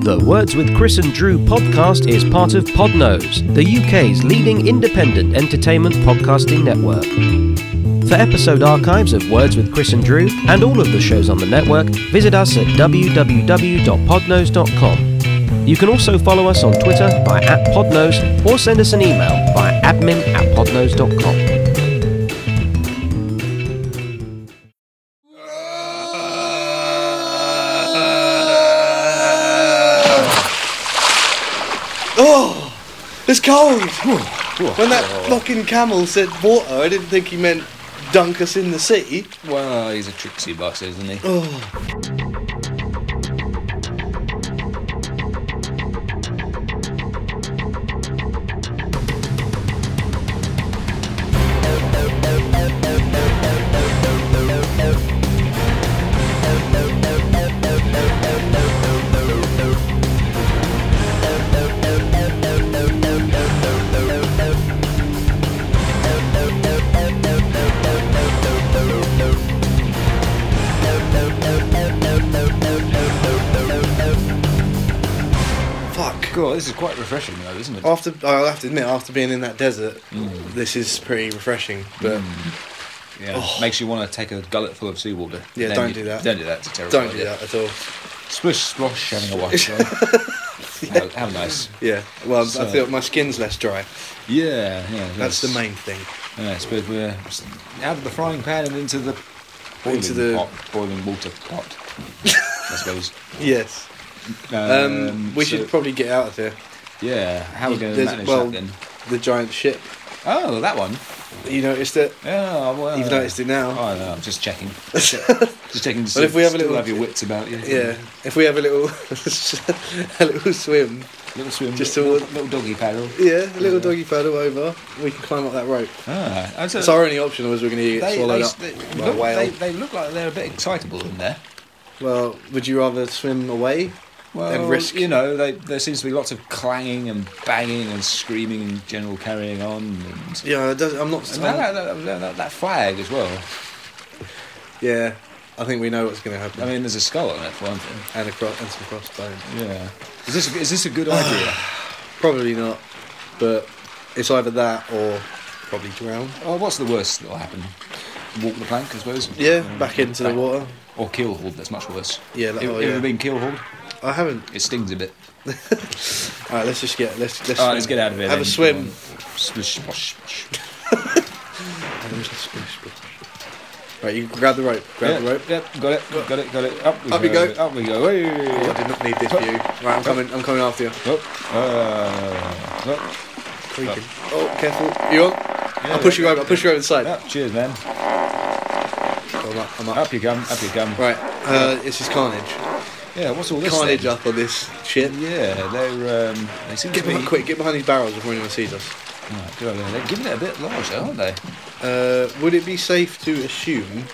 The Words with Chris and Drew podcast is part of Podnose, the UK's leading independent entertainment podcasting network. For episode archives of Words with Chris and Drew and all of the shows on the network, visit us at www.podnose.com. You can also follow us on Twitter by at Podnose or send us an email by admin at podnose.com. Oh, it's cold. When that fucking camel said water, I didn't think he meant dunk us in the sea. Well, he's a tricksy boss, isn't he? Oh, fuck. God, this is quite refreshing, though, isn't it? After I'll have to admit, after being in that desert, this is pretty Mm. refreshing. But yeah, makes you want to take a gullet full of seawater. Oh. Yeah, Then don't you- do that. Don't do that. It's a terrible. don't do idea. that at all. Splish splosh, having a wash. on. How- How nice. Yeah. Well, I So- feel my skin's less dry. Yeah, yeah. That's the yes. main thing. Yeah, I suppose we're out of the frying pan and into the boiling Into the- pot, boiling water pot. I suppose. Yes. Um, we should probably get out of here. Yeah, how are we going to There's- manage well, that then? The giant ship. Oh, that one. You noticed it? Yeah, well. You've noticed it now. Oh no, I'm just checking. just checking to see if we have a still little- have your wits about you. Yeah. If we have a little, a little swim. Little swim, Just just little, a- little, little doggy paddle. Yeah, a little doggy paddle over. We can climb up that rope. Ah, that's a- It's our only option, or was we're going to get they, swallowed they, up they, by a look, whale. they, they look like they're a bit excitable in there. Well, would you rather swim away? Well, risk- you know, they, there seems to be lots of clanging and banging and screaming and general carrying on. And, Yeah, it does, I'm not. and I'm- that, that, that- that- that flag as well. yeah, I think we know what's going to happen. I mean, there's a skull on it for one thing. and a cro- and some crossbones. Yeah. Is this is this a good idea? Probably not, but it's either that or probably drown. Oh, what's the worst that'll happen? Walk the plank, I suppose. Yeah, back into the water. Or keel hauled. That's much worse. Yeah, that- You- oh, you yeah. ever been keel hauled? I haven't. It stings a bit. All right, let's just get let's let's, swim. All right, Oh, let's get out of here. Have then. a swim. Splish, splash, splash. Right, you grab the rope. Grab the Yeah, rope. Yep, got it, got it, got it. Up we Up go. you go. Up we go. Hey. I did not need this view. Right, I'm coming. I'm coming after you. Up, uh, up. Creaking. Oh, careful. You on? I'll push you over. I'll push you over the side. Up. Cheers, man. I'm up. I'm up. Up you come, up you come. Right, uh, this is carnage. Yeah, what's all this? Carnage then? up on this shit. Yeah, they're, um, they seem Get to be... behind, quick, get behind these barrels before anyone sees us. Right, good idea. They're giving it a bit larger, aren't they? Uh, would it be safe to assume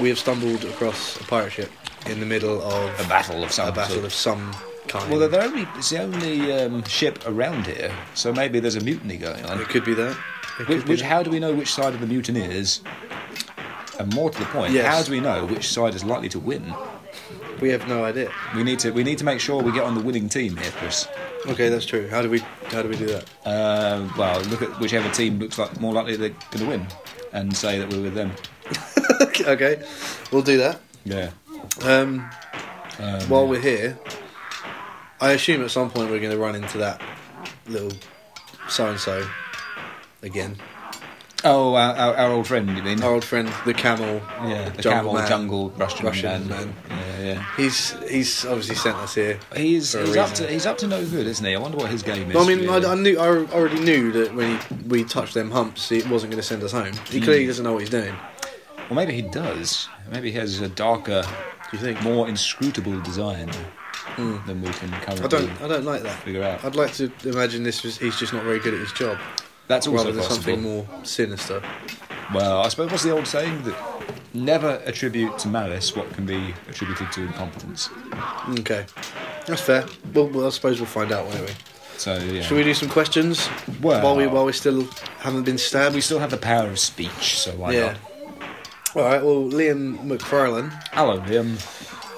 we have stumbled across a pirate ship in the middle A of battle of some a battle sort. of some kind? Well, they're the only, it's the only um, ship around here, so maybe there's a mutiny going on. it could be that. It Which, could be which, that. how do we know which side of the mutiny is? And more to the point, Yes. how do we know which side is likely to win? we have no idea. We need to we need to make sure we get on the winning team here, Chris. Okay, that's true. How do we how do we do that? Uh, well, look at whichever team looks like more likely they're going to win, and say that we're with them. okay, we'll do that. Yeah. Um, while we're here, I assume at some point we're going to run into that little so and so again. Oh, our, our, our old friend, you mean? Our old friend, the camel. yeah, the Oh, jungle jungle, man. jungle Russian, Russian man. Yeah, He's he's obviously sent us here. yeah. He's For a he's up reason. to he's up to no good, isn't he? I wonder what his game is. I mean, I, really. I knew I already knew that when he, we touched them humps, it wasn't going to send us home. He Hmm. clearly doesn't know what he's doing. Well, maybe he does. Maybe he has a darker, Do you think? Hmm. more inscrutable design than we can currently. I don't. I don't like that. Figure out. I'd like to imagine this was he's just not very good at his job, That's also rather than possible. something more sinister. Well, I suppose what's the old saying that never attribute to malice what can be attributed to incompetence. Okay, that's fair. Well, well I suppose we'll find out, won't we? So yeah, Shall we do some questions Well- while we while we still haven't been stabbed? We still have the power of speech, so why yeah. All right. Well, Liam McFarlane not? Hello, Liam.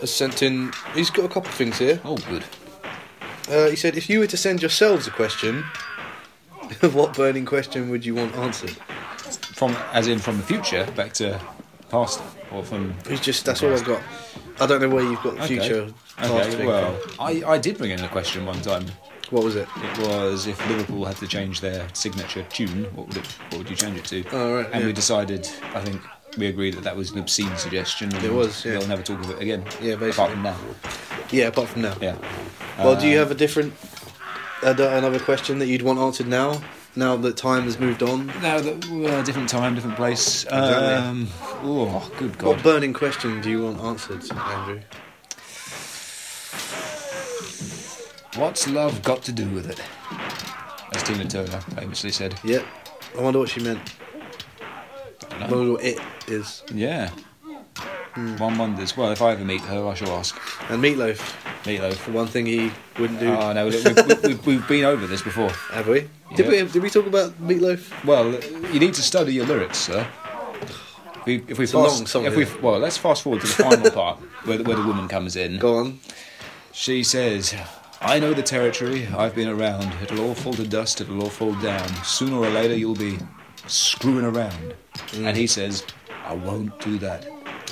has sent in. He's got a couple of things here. Oh, good. Uh, he said, if you were to send yourselves a question, what burning question would you want answered? From as in from the future back to past or from He's just that's all I've got. I don't know where you've got the Okay. future. past Okay, thing well, from. I, I did bring in a question one time. what was it? It was if Liverpool had to change their signature tune, what would, it, what would you change it to? Oh, right, and yeah. we decided, I think we agreed that that was an obscene suggestion. And It was, yeah. They'll never talk of it again. Yeah, Apart basically. from now. Yeah, apart from now. Yeah. Well, do you Um, have a different, ad- another question that you'd want answered now? Now that time has moved on, Now that we're a different time, different place. Exactly. Um, oh, good God. what burning question do you want answered, Andrew? What's love got to do with it? As Tina Turner famously said. Yep. I wonder what she meant. I know. wonder what it is. Yeah. Hmm. One wonders. Well, if I ever meet her, I shall ask. And meatloaf, the Meatloaf. one thing he wouldn't do. Oh, no, look, we've, we've, we've been over this before. Have we? Did we? Yeah. Did we talk about meatloaf? Well, you need to study your lyrics, sir. We, if we a fast- long song, if we, isn't well, let's fast forward to the final part where, the- where the woman comes in. Go on. She says, I know the territory, I've been around. It'll all fall to dust, it'll all fall down. Sooner or later, you'll be screwing around. And he says, I won't do that.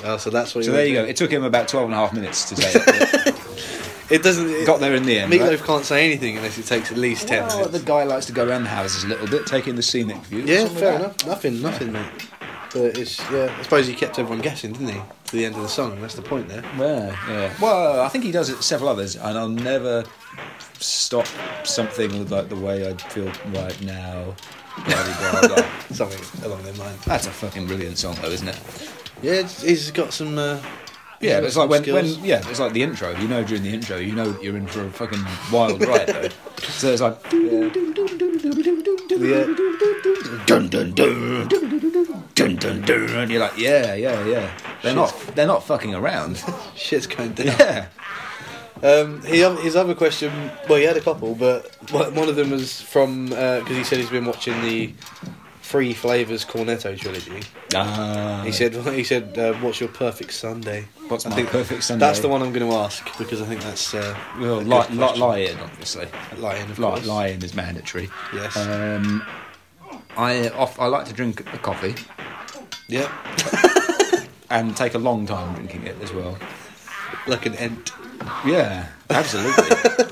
Oh, so that's what. So you there meant. you go. It took him about 12 and a half minutes to say it. It doesn't. It, Got there in the end. meatloaf right? can't say anything unless it takes at least ten Well, minutes. Oh, the guy likes to go around the houses a little bit, taking the scenic view. Yeah, Something fair like enough. Nothing, nothing, mate. But it's yeah. I suppose he kept everyone guessing, didn't he? To the end of the song. That's the point there. that. Yeah, yeah. Well, I think he does it to several others, and I'll never stop something like the way I feel right now. Blah, blah, blah, blah. Something along their lines. That's a fucking brilliant song, though, isn't it? Yeah, it's- he's got some. Uh, he's Yeah, got it's some like when, skills. when yeah, it's like the intro. You know, during the intro, you know that you're in for a fucking wild ride. though. So it's like dun dun dun dun dun dun, and you're like, yeah, yeah, yeah. They're not they're not fucking around. shit's going down. yeah, Um, he, his other question, well, he had a couple, but one one of them was from because he said he's been watching the Free Flavors Cornetto trilogy. ah, He said, he said, uh, "What's your perfect Sunday?" what's I my think perfect Sunday? That's the one I'm going to ask because I think that's uh, Well, a lie, good lie, question. lie in, obviously. Lie-in, of lie, course. lie in is mandatory. Yes. Um, I off, I like to drink a coffee. yeah, and take a long time drinking it as well. like an ent. Yeah, absolutely.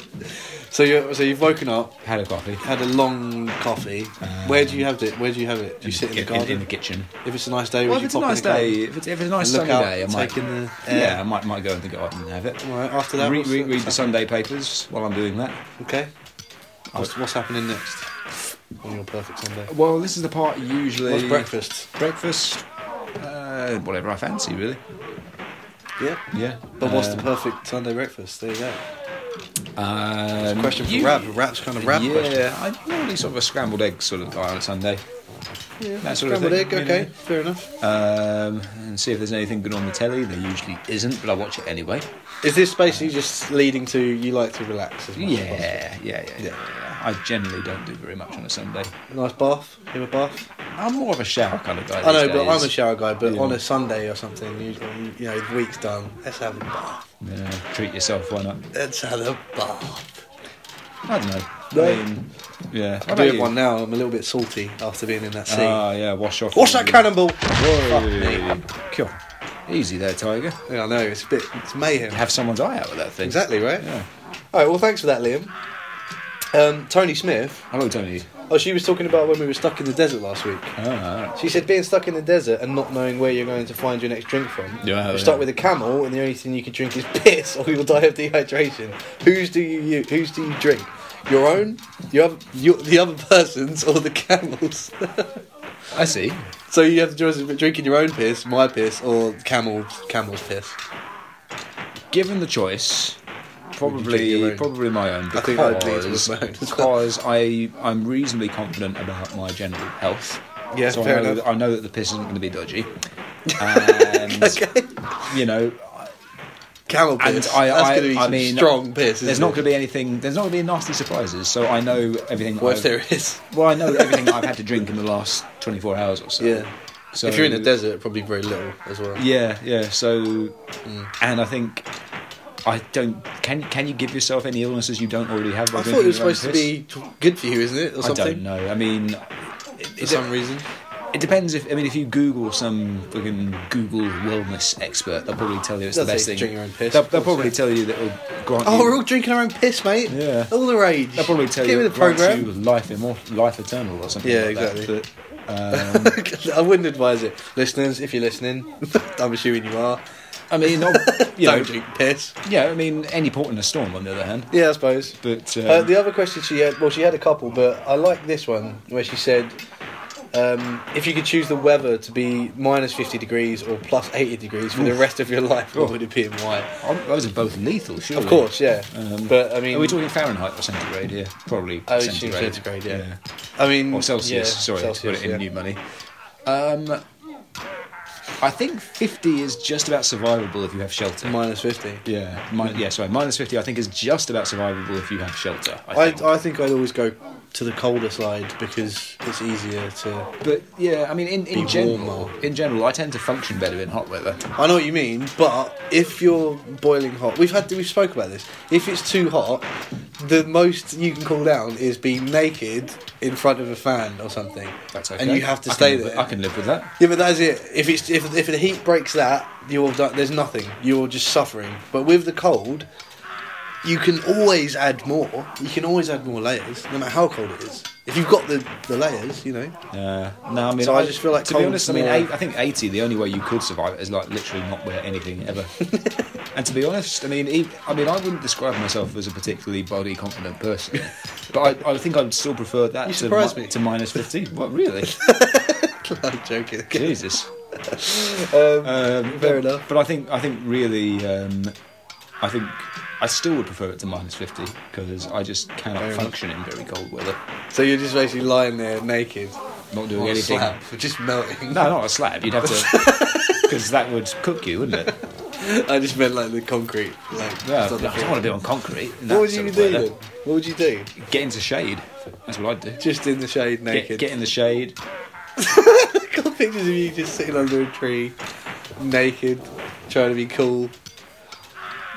So you so you've woken up, Had a coffee. had a long coffee. Where do you have it? Where do you have it? Do you sit in the garden? Uh, In, the kitchen. if it's a nice day, Well, would if you it's a pop nice in the garden? day, if it's, if it's a nice Look sunny out, day, I might take in the air. yeah, I might might go in the garden and have it. All right, after that, Read, what's- read, read the what's Sunday papers while I'm doing that. Okay. What's, what's happening next on your perfect Sunday? Well, this is the part usually. What's breakfast? Breakfast. Uh, whatever I fancy, really. Yeah. Yeah. But what's the Um, perfect Sunday breakfast? There you go. um, Uh, Question for you- Rab. Rab's kind of Rab yeah, question. I'm normally sort of a scrambled egg sort of guy on a Sunday. Yeah. that sort of Scrambled thing, egg, you okay. know. Fair enough. Um, and see if there's anything good on the telly. There usually isn't, but I watch it anyway. Is this basically just leading to you like to relax as much as possible? Yeah, yeah, yeah, yeah, Yeah. yeah. I generally don't do very much on a Sunday. A nice bath. Give a bath. I'm more of a shower kind of guy. I know, these but I'm a days. shower guy. But Yeah. on a Sunday or something, you, you know, the week's done. Let's have a bath. Yeah, treat yourself, why not? Let's have a bath. I don't know. No. I mean, yeah. I do have one now. I'm a little bit salty after being in that sea. Ah, yeah, wash off. What's that cannonball? Whoa. Cool. Easy there, Tiger. Yeah, I know. It's a bit. It's mayhem. Have someone's eye out with that thing. Exactly right. Yeah. All right. Well, thanks for that, Liam. Um, Tony Smith. Hello, Tony. Oh, she was talking about when we were stuck in the desert last week. Ah, all right. She said being stuck in the desert and not knowing where you're going to find your next drink from. Yeah, you're yeah. stuck with a camel, and the only thing you can drink is piss, or you'll die of dehydration. Whose do you, you whose do you drink? Your own, your, other- your the other person's, or the camels? I see. so you have to choose between drinking your own piss, my piss, or camel camel's piss. Given the choice, Would you get your probably own? probably my own I think I'd lean because towards my own as because I I'm reasonably confident about my general health. Yeah, so fair I know enough. That, I know that the piss isn't going to be dodgy, and Okay, you know, camel and piss. I That's I, going to be I some mean, strong piss. There's not going to be anything. There's not going to be nasty surprises. So I know everything. What if I've- there is? Well, I know everything I've had to drink in the last 24 hours or so. Yeah. So if you're in the desert, probably very little as well. Yeah, yeah. So, and I think I don't. Can can you give yourself any illnesses you don't already have? By I thought drinking it was your own supposed to piss? be t- good for you, isn't it, or I something? don't know. I mean, it, For it, some reason, it depends if I mean if you Google some fucking Google wellness expert, they'll probably tell you it's They'll the say best thing. drink your own piss, They'll, of they'll course, probably yeah. tell you that will grant. oh, you, we're all drinking our own piss, mate. Yeah. all the rage. They'll probably tell Give you me it the grants program. you life immortal, life eternal, or something. Yeah, like that, exactly. but, um, I wouldn't advise it, listeners. If you're listening, I'm assuming you are. I mean, ob- you don't know, drink piss. yeah. I mean, any port in a storm, on the other hand. Yeah, I suppose. But Uh, um, the other question she had, well, she had a couple, but I like this one where she said, um, if you could choose the weather to be minus 50 degrees or plus 80 degrees for the rest of your life, what would it be and why? Oh, those are both lethal, surely. Of course, yeah. Um, but I mean, Are we talking Fahrenheit or centigrade here? Probably I would assume Oh, centigrade. centigrade, yeah. I mean, Or Celsius, yeah, sorry, to Celsius, put it in yeah. new money. Um, I think 50 is just about survivable if you have shelter. Minus 50. yeah, min- yeah, sorry, minus 50 I think is just about survivable if you have shelter. I I, think. I think I'd always go to the colder side because it's easier to. but yeah, I mean, in, in Be general, warmer. in general, I tend to function better in hot weather. I know what you mean, but if you're boiling hot, we've had we spoke about this. If it's too hot, the most you can cool down is be naked in front of a fan or something. That's okay. And you have to I can stay live with- there. I can live with that. Yeah, but that's it. If it's if, if the heat breaks that, you're done, there's nothing. You're just suffering. But with the cold, you can always add more. You can always add more layers, no matter how cold it is. If you've got the, the layers, you know. Uh, no, I mean, So I just feel like to be cold's honest, I mean, more- eight, I think eighty. The only way you could survive it is like literally not wear anything ever. and to be honest, I mean, e I I mean, I wouldn't describe myself as a particularly body confident person, but I, I think I'd still prefer that You to, surprised mi- me. to minus fifty. What really? I'm joking. Jesus. Um, Fair Um, but, enough. But I think I think really, um, I think I still would prefer it to minus fifty because I just cannot Fair enough. function in very cold weather. so you're just basically lying there naked, Not doing on a anything. slab, just melting. No, not a slab. You'd have to, because that would cook you, wouldn't it? I just meant like the concrete. Like, Yeah, I sort don't of thing. want to be on concrete. in that What would sort you of do weather. then? What would you do? Get into shade. That's what I'd do. Just in the shade, naked. Get, get in the shade. I've got pictures of you just sitting under a tree, naked, trying to be cool,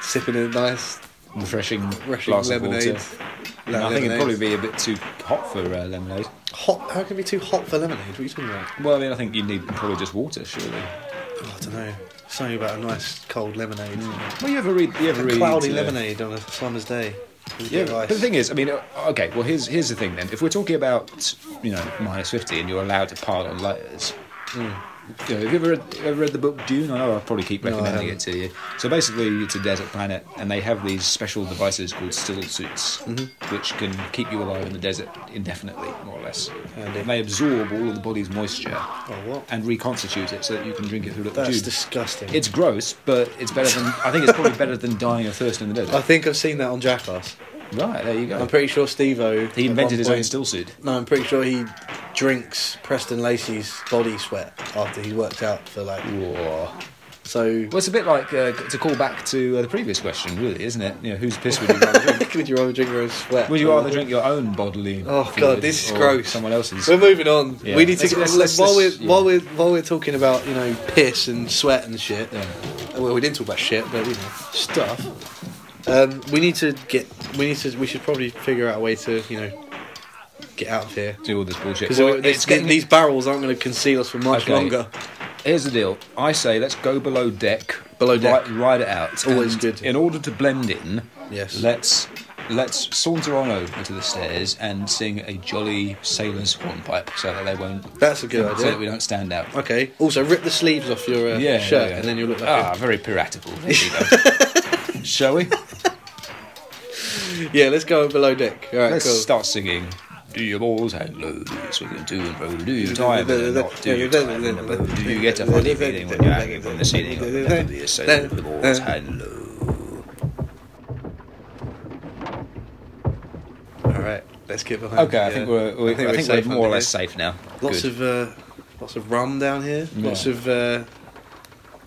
sipping a nice Refreshing, refreshing glass lemonade. of water. Like No, I think it'd lemonade. probably be a bit too hot for uh, lemonade. hot. How can it be too hot for lemonade? What are you talking about? Well, I mean, I think you need probably just water, surely. Oh, I don't know. Something about a nice cold lemonade. Well, you ever read? You ever A read? cloudy uh, lemonade on a summer's day. with a Yeah, bit of but ice. the thing is, I mean, uh, okay. Well, here's here's the thing then. If we're talking about you know minus fifty and you're allowed to pile on layers, you know, have you ever read, ever read the book Dune? I know I'll probably keep Hmm. No, I recommending haven't. it to you. So basically, it's a desert planet, and they have these special devices called still suits, Mm-hmm. which can keep you alive in the desert indefinitely, more or less. Handy. And they absorb all of the body's moisture Oh, what? and reconstitute it so that you can drink it through little That's tubes. disgusting. It's gross, but it's better than I think it's probably better than dying of thirst in the I desert. think I've seen that on Jackass. Right there you go. I'm pretty sure Steve-O... he at invented one his own point- still suit. No, I'm pretty sure he drinks Preston Lacey's body sweat after he worked out for like... Well, So... it's a bit like uh, to call back to uh, the previous question, really, isn't it? You know, whose piss would you rather drink? Would you rather drink your own sweat? Would you rather drink your own bodily? Oh god, fluid this is or gross. Someone else's. We're moving on. Yeah. We need to Let's- let's- let's- while we're let's- yeah. while we're while we're talking about you know piss and sweat and shit. Yeah. Well, we didn't talk about shit, but you know stuff. Um, we need to get. We need to. We should probably figure out a way to you know get out of here Do all this bullshit. because Well, it's getting- these barrels aren't going to conceal us for much Okay. longer. Here's the deal. I say let's go below deck. Below deck. Ride, ride it out. It's always good. In order to blend in, Yes. Let's let's saunter on over to the stairs and sing a jolly sailor's hornpipe so that they won't. That's a good So that we idea. don't stand out. Okay. Also, rip the sleeves off your uh, Yeah, shirt, yeah. and then you'll look like ah, a- very piratical. There you go. Shall we? yeah. Let's go below deck. All right, Let's cool. start singing. Do your balls hang low? Swinging to and fro. Do you tie them in a knot? Do you tie them in a bow? Do you get a funny feeling when you're hanging from the ceiling? I'll never be a sailor with the balls hang low. All right. Let's get behind. Okay, I yeah. think we're, we, I think we're, safe more or under less here. safe now. Lots Good. of uh, lots of rum down here. Yeah. Lots of uh,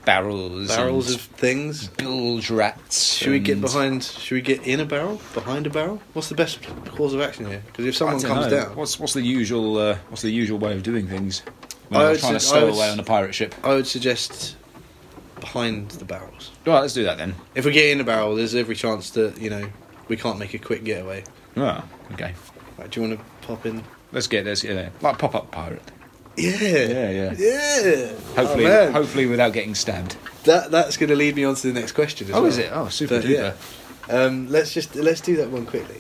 barrels, barrels and of things. bilge rats. Should we get and- behind? Should we get in a barrel? Behind a barrel? What's the best course of action here? Because if I someone don't comes know. down, What's what's the usual uh, what's the usual way of doing things? When I you're would trying to sug- I stow would away s- on a pirate ship. I would suggest behind the barrels. Right, let's do that then. If we get in a barrel, there's every chance that you know we can't make a quick getaway. Oh, okay. Like, do you want to pop in? Let's get this. Yeah, like pop up pirate. Yeah, Yeah, yeah. yeah. Hopefully, oh, man. hopefully without getting stabbed. that that's going to lead me on to the next question. As Oh, well. is it? Oh, super But, yeah. duper. Um, let's just let's do that one quickly.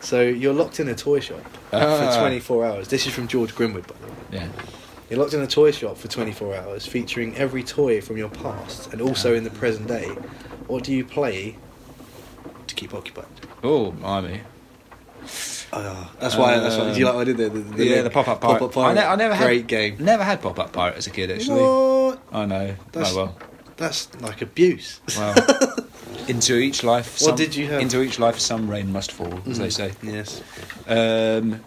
So you're locked in a toy shop Ah. for 24 hours. This is from George Grimwood, by the way. Yeah. You're locked in a toy shop for 24 hours, featuring every toy from your past and also in the present day. What do you play to keep occupied? Oh, blimey. Ah, that's why. that's why. Do you like what I did there? The, the yeah, link? the pop up pirate. Pop-up pirate. I, ne- I never had Great game. Never had pop up pirate as a kid. Actually, What? I know. That's- oh well. That's like abuse. Well, into each life. What some- did you have? Mm. Into each life, some rain must fall, as they say. yes. Um,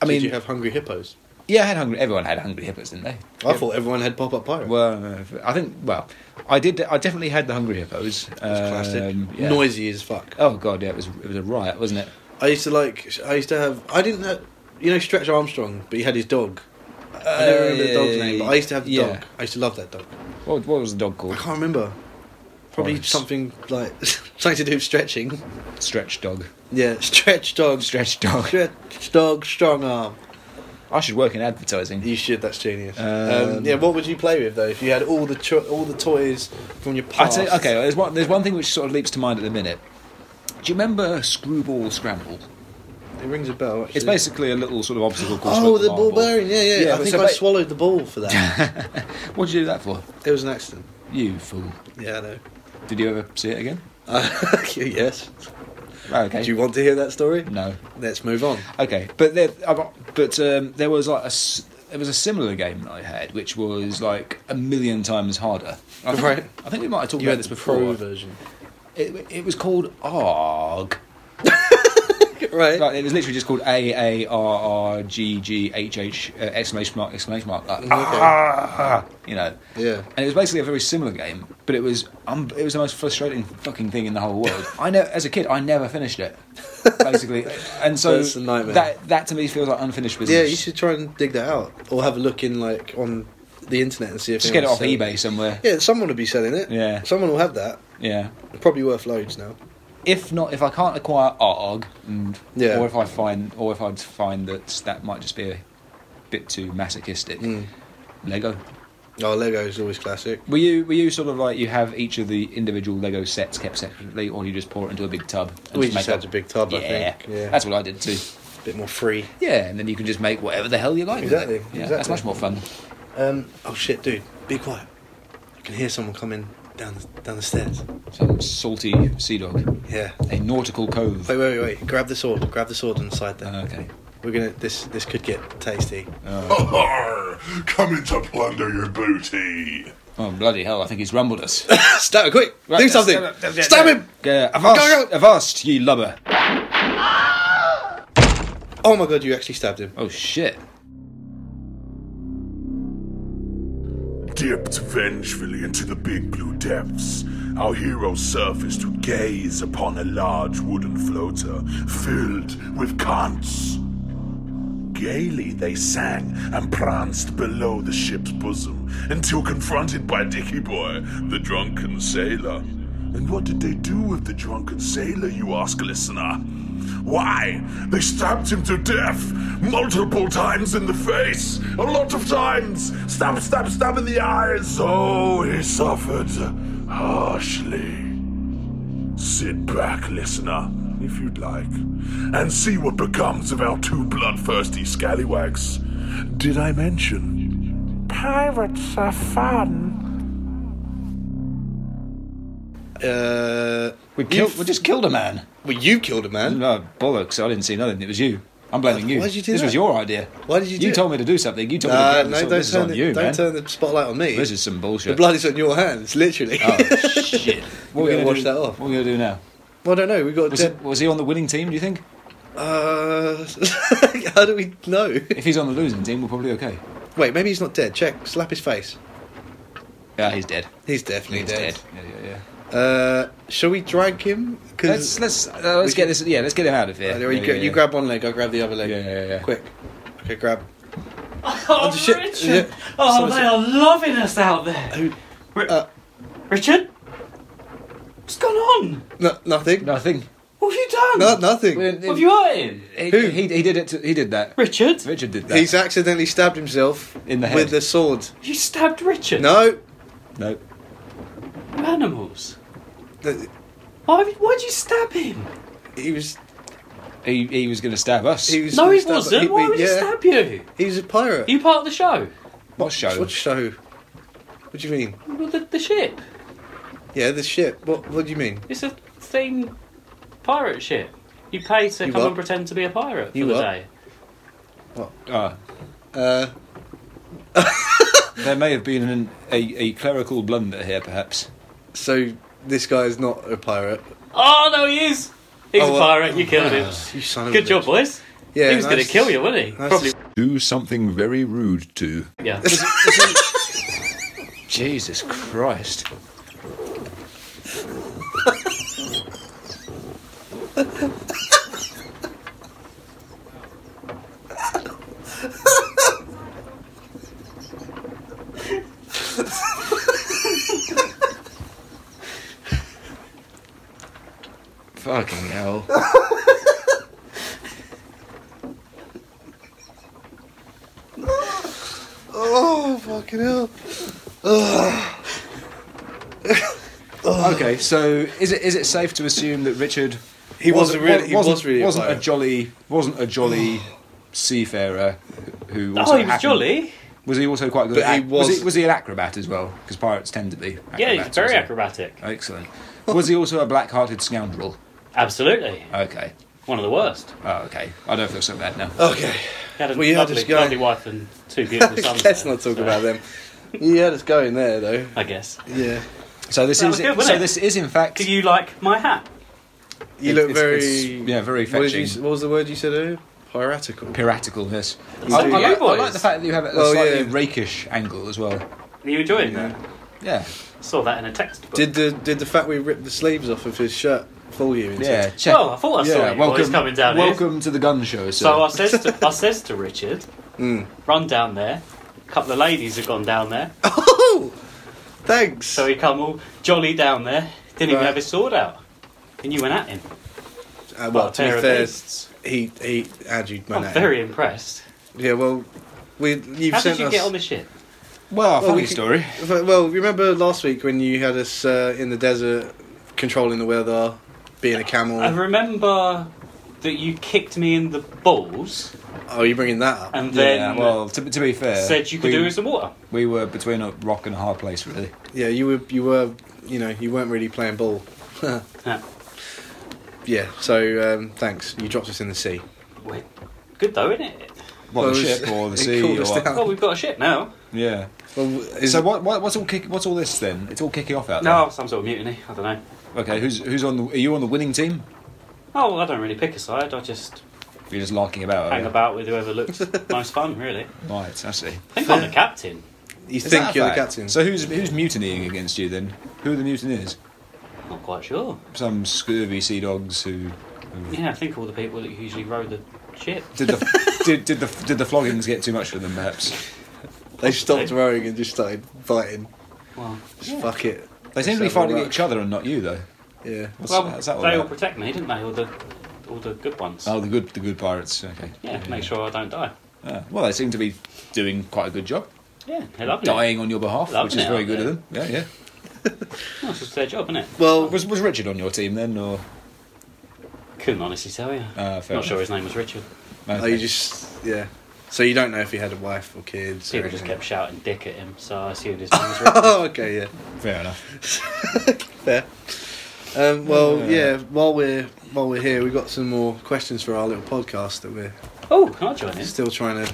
I mean, did you have hungry hippos? yeah, I had hungry. Everyone had hungry hippos, didn't they? I thought everyone had pop up pirate. Well, no, I think. Well, I did. I definitely had the hungry hippos. It's classic. Um, yeah. Noisy as fuck. Oh god, yeah, it was it was a riot, wasn't it? I used to like. I used to have. I didn't have. You know Stretch Armstrong, but he had his dog. I don't remember the dog's name, but I used to have the Uh, yeah. dog. I used to love that dog. What, what was the dog I called? can't remember. Probably Boris. something like something to do with stretching. Stretch dog. Yeah, stretch dog, Stretch dog. stretch dog, strong arm. I should work in advertising. You should. That's genius. Um, Um, yeah. What would you play with though if you had all the cho- all the toys from your I past? tell you, okay, there's one there's one thing which sort of leaps to mind at the minute. Do you remember Screwball Scramble? It rings a bell. Actually. It's basically a little sort of obstacle course. Oh, with the ball marble. bearing. Yeah, yeah. Yeah, I but think so I ba- swallowed the ball for that. What did you do that for? it was an accident. You fool! Yeah, I know. Did you ever see it again? Uh, yes. Okay. Do Oh, you want to hear that story? No. Let's move on. Okay, but there, I've- but um, there was like a s- there was a similar game that I had, which was like a million times harder. I think, Right. I think we might have talked You about had this the pro before. version. It, it was called ARG. Right. Like, it was literally just called A A R R G G H H uh, exclamation mark exclamation mark. Like, Okay. "Ah!" you know. Yeah. And it was basically a very similar game, but it was um, it was the most frustrating fucking thing in the whole world. I know, as a kid, I never finished it, basically, and so That's a nightmare. that that to me feels like unfinished business. Yeah, you should try and dig that out, or have a look in like on the internet and see if just get it off anyone's selling eBay somewhere. Yeah, someone will be selling it. Yeah. someone will have that. Yeah. Probably worth loads now. If not, if I can't acquire ARG, and, Yeah. or if I find, or if I find that that might just be a bit too masochistic, Mm. Lego. Oh, Lego is always classic. Were you were you sort of like you have each of the individual Lego sets kept separately, or you just pour it into a big tub? and we just make had a big tub, Yeah, I think. Yeah, that's what I did too. a bit more free. Yeah, and then you can just make whatever the hell you like. with it. Exactly, Yeah, exactly. that's much more fun. Um, oh shit, dude, be quiet. I can hear someone coming down the, down the stairs. Some salty sea dog, Yeah. a nautical cove. Wait, wait, wait, wait. Grab the sword. Grab the sword on the side there. Uh, okay. We're gonna. This this could get tasty. Coming to plunder your booty. Oh bloody hell! I think he's rumbled us. Stab! Quick, Right, do uh, something. stab him, yeah, Stab yeah. him! Yeah, Go, avast, go. avast, ye lubber! Oh my god, you actually stabbed him. Oh shit! Dipped vengefully into the big blue depths, our hero surfaced to gaze upon a large wooden floater filled with cunts. Gaily they sang and pranced below the ship's bosom until confronted by Dicky Boy, the drunken sailor. And what did they do with the drunken sailor, you ask, listener? Why? They stabbed him to death multiple times in the face, a lot of times. Stab, stab, stab in the eyes. Oh, he suffered harshly. Sit back, listener, if you'd like, and see what becomes of our two bloodthirsty scallywags. Did I mention? Pirates are fun. Uh, We killed. We just killed a man. well, you killed a man. No bollocks! I didn't see nothing. It was you. I'm blaming you. Why did you do this that? was your idea. Why did you do You it? told me to do something. You told Uh, me to no, do this. don't, this is turn on the, you, don't man. turn the spotlight on me. This is some bullshit. the blood is on your hands, literally. Oh shit! You What we better gonna wash do- that off. What are we gonna do now? well, I don't know. We got Was, dead. he, was he on the winning team? Do you think? Uh, how do we know? If he's on the losing team, we're probably okay. Wait, maybe he's not dead. Check. Slap his face. Yeah, he's dead. He's definitely He's dead. dead. Yeah, yeah, yeah. Uh, shall we drag him? Let's Because let's uh, let's we get can- Oh, this. Yeah, let's get him out of here. you, Yeah, gra- yeah, you yeah. grab one leg, I grab the other leg. Yeah, yeah, yeah. Quick. Okay, grab. Oh, shit. Richard! Yeah. Oh, So- they are loving us out there. Who- Uh, Richard? What's gone on? No, nothing. Nothing. What have you done? No, nothing. What have you hurt him? He, Who? He, he did it. To, he did that. Richard? Richard did that. He's accidentally stabbed himself In the head. with the sword. You stabbed Richard? No. no. You Animals. th- Why, why'd you stab him? He was. He, he was going to stab us. He was. No, he stabbed- wasn't. Why would he yeah, stab you? He was a pirate. Are you part of the show? what show? What show? What do you mean? Well, the, the ship. Yeah, the ship. What? What do you mean? It's a theme pirate ship. You pay to You come what? and pretend to be a pirate for You the what? day. Ah, Uh, there may have been an, a, a clerical blunder here, perhaps. so this guy is not a pirate. Oh, no, he is! He's Oh, a well- pirate, you killed him. You son of a Good job, bitch. boys. Yeah, he was going to nice- kill you, wasn't he? nice Probably. Do something very rude to. Yeah. Jesus Christ. Fucking hell. Oh fucking hell! Okay, so is it is it safe to assume that Richard He wasn't really- he was wasn't, really a wasn't a pirate. jolly wasn't a jolly seafarer who also Oh, he was happened- jolly. Was he also quite good? But at, he was, was- he, was he an acrobat as well? Because pirates tend to be. Acrobats, Yeah, he was very wasn't he? acrobatic. Excellent. was he also a black-hearted scoundrel? Absolutely. Okay. One of the worst. Oh, okay. I don't feel so bad now. Okay, He had a Well, you had lovely, this guy- lovely wife and two beautiful sons. let's there, not talk so- about them. You had us going there though. I guess. Yeah, So this That is was good, wasn't so it? this is in fact. Do you like my hat? you it- look it's- very. it's- yeah, very what, did you, fetching. s- what was the word you said earlier? Piratical. Piratical, yes. That's I, I like you like, I boys. like the fact that you have a Well, slightly Oh, yeah. rakish angle as well. Are you enjoying that? Yeah. Saw that in a textbook. Did the did the fact we ripped the sleeves off of his shirt fool you? into- Yeah, check. Well, I thought I saw you boys coming down here. welcome to the gun show, sir. So uh, I says to I says to Richard, Mm. run down there. A couple of ladies have gone down there, Oh, thanks. so he come all jolly down there. Didn't even Right. have his sword out, and you went at him. Uh, What well, a to pair be of fair, beasts. he he had you I'm man Oh, very impressed. Yeah, well, we you've How sent did you us. get on the ship? well, funny we could- story. F- Well, remember last week when you had us uh, in the desert controlling the weather, being a camel? I remember that you kicked me in the balls oh, you're bringing that up? and then uh, yeah, well, to, to be fair, said you could we, do with some water. We were between a rock and a hard place, really. yeah, you were you were you know you weren't really playing ball. Yeah. Yeah, so um, thanks. You dropped us in the sea. Wait, good though, isn't it? Well, What the it was- ship or the it sea cooled or us what- down. Well, we've got a ship now. yeah. Well, w- is So what, what? What's all kick, What's all this then? It's all kicking off out No, some sort of mutiny. I don't know. there. Okay, who's who's on? The, are you on the winning team? Oh, well, I don't really pick a side. I just You're just larking about. are hang you? about with whoever looks most fun, really. Right, I see. I think I'm the captain. you Is that think a you're the fact? captain? So who's who's mutinying against you then? Who are the mutineers? Not quite sure. Some scurvy sea dogs who. Yeah, I think all the people that usually row the ship. Did the did, did the did the floggings get too much for them? Perhaps they stopped rowing and just started fighting. Well, Just fuck it. they seem to be Just have a fighting row. each other and not you though. Yeah. What's, well how's they that all all about? protect me, didn't they? All the, all the good ones. Oh, the good, the good pirates. Okay. yeah, make sure I don't die. Ah, well, they seem to be doing quite a good job, Yeah, they're lovely. dying on your behalf, Loving which is it very out good there. of them. Yeah, Well, it's just their job, isn't it? yeah. Well, Was was Richard on your team then, or Couldn't honestly tell you. Ah, Not fair enough. sure his name was Richard. no, oh, you just yeah. So you don't know if he had a wife or kids. or People just anything. kept shouting dick at him, so I assumed his name was Richard. Oh, okay, yeah. fair enough? Fair. Um, well, Yeah. yeah. While we're while we're here, we've got some more questions for our little podcast that we're oh, can I join in? still trying to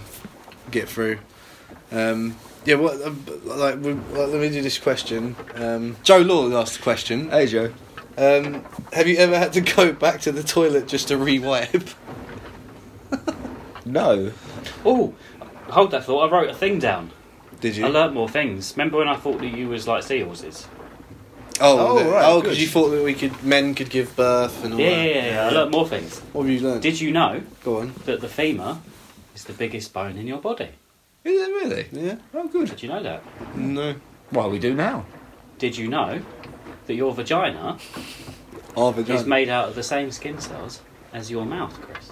get through. Um, yeah, what uh, like, we, like let me do this question. Um, Joe Lord asked the question. Hey, Joe. Um, have you ever had to go back to the toilet just to rewipe? No. Oh, hold that thought. I wrote a thing down. Did you? I learnt more things. Remember when I thought that you was like seahorses? oh, Oh, the- right, oh, good. because you thought that we could men could give birth and all Yeah, yeah, that. yeah, yeah. I learnt more things. What have you learned? Did you know go on. that the femur is the biggest bone in your body? Is it really? Yeah. Oh, good. Did you know that? No. Well, we do now. Did you know that your vagina Our is vagina. made out of the same skin cells as your mouth, Chris?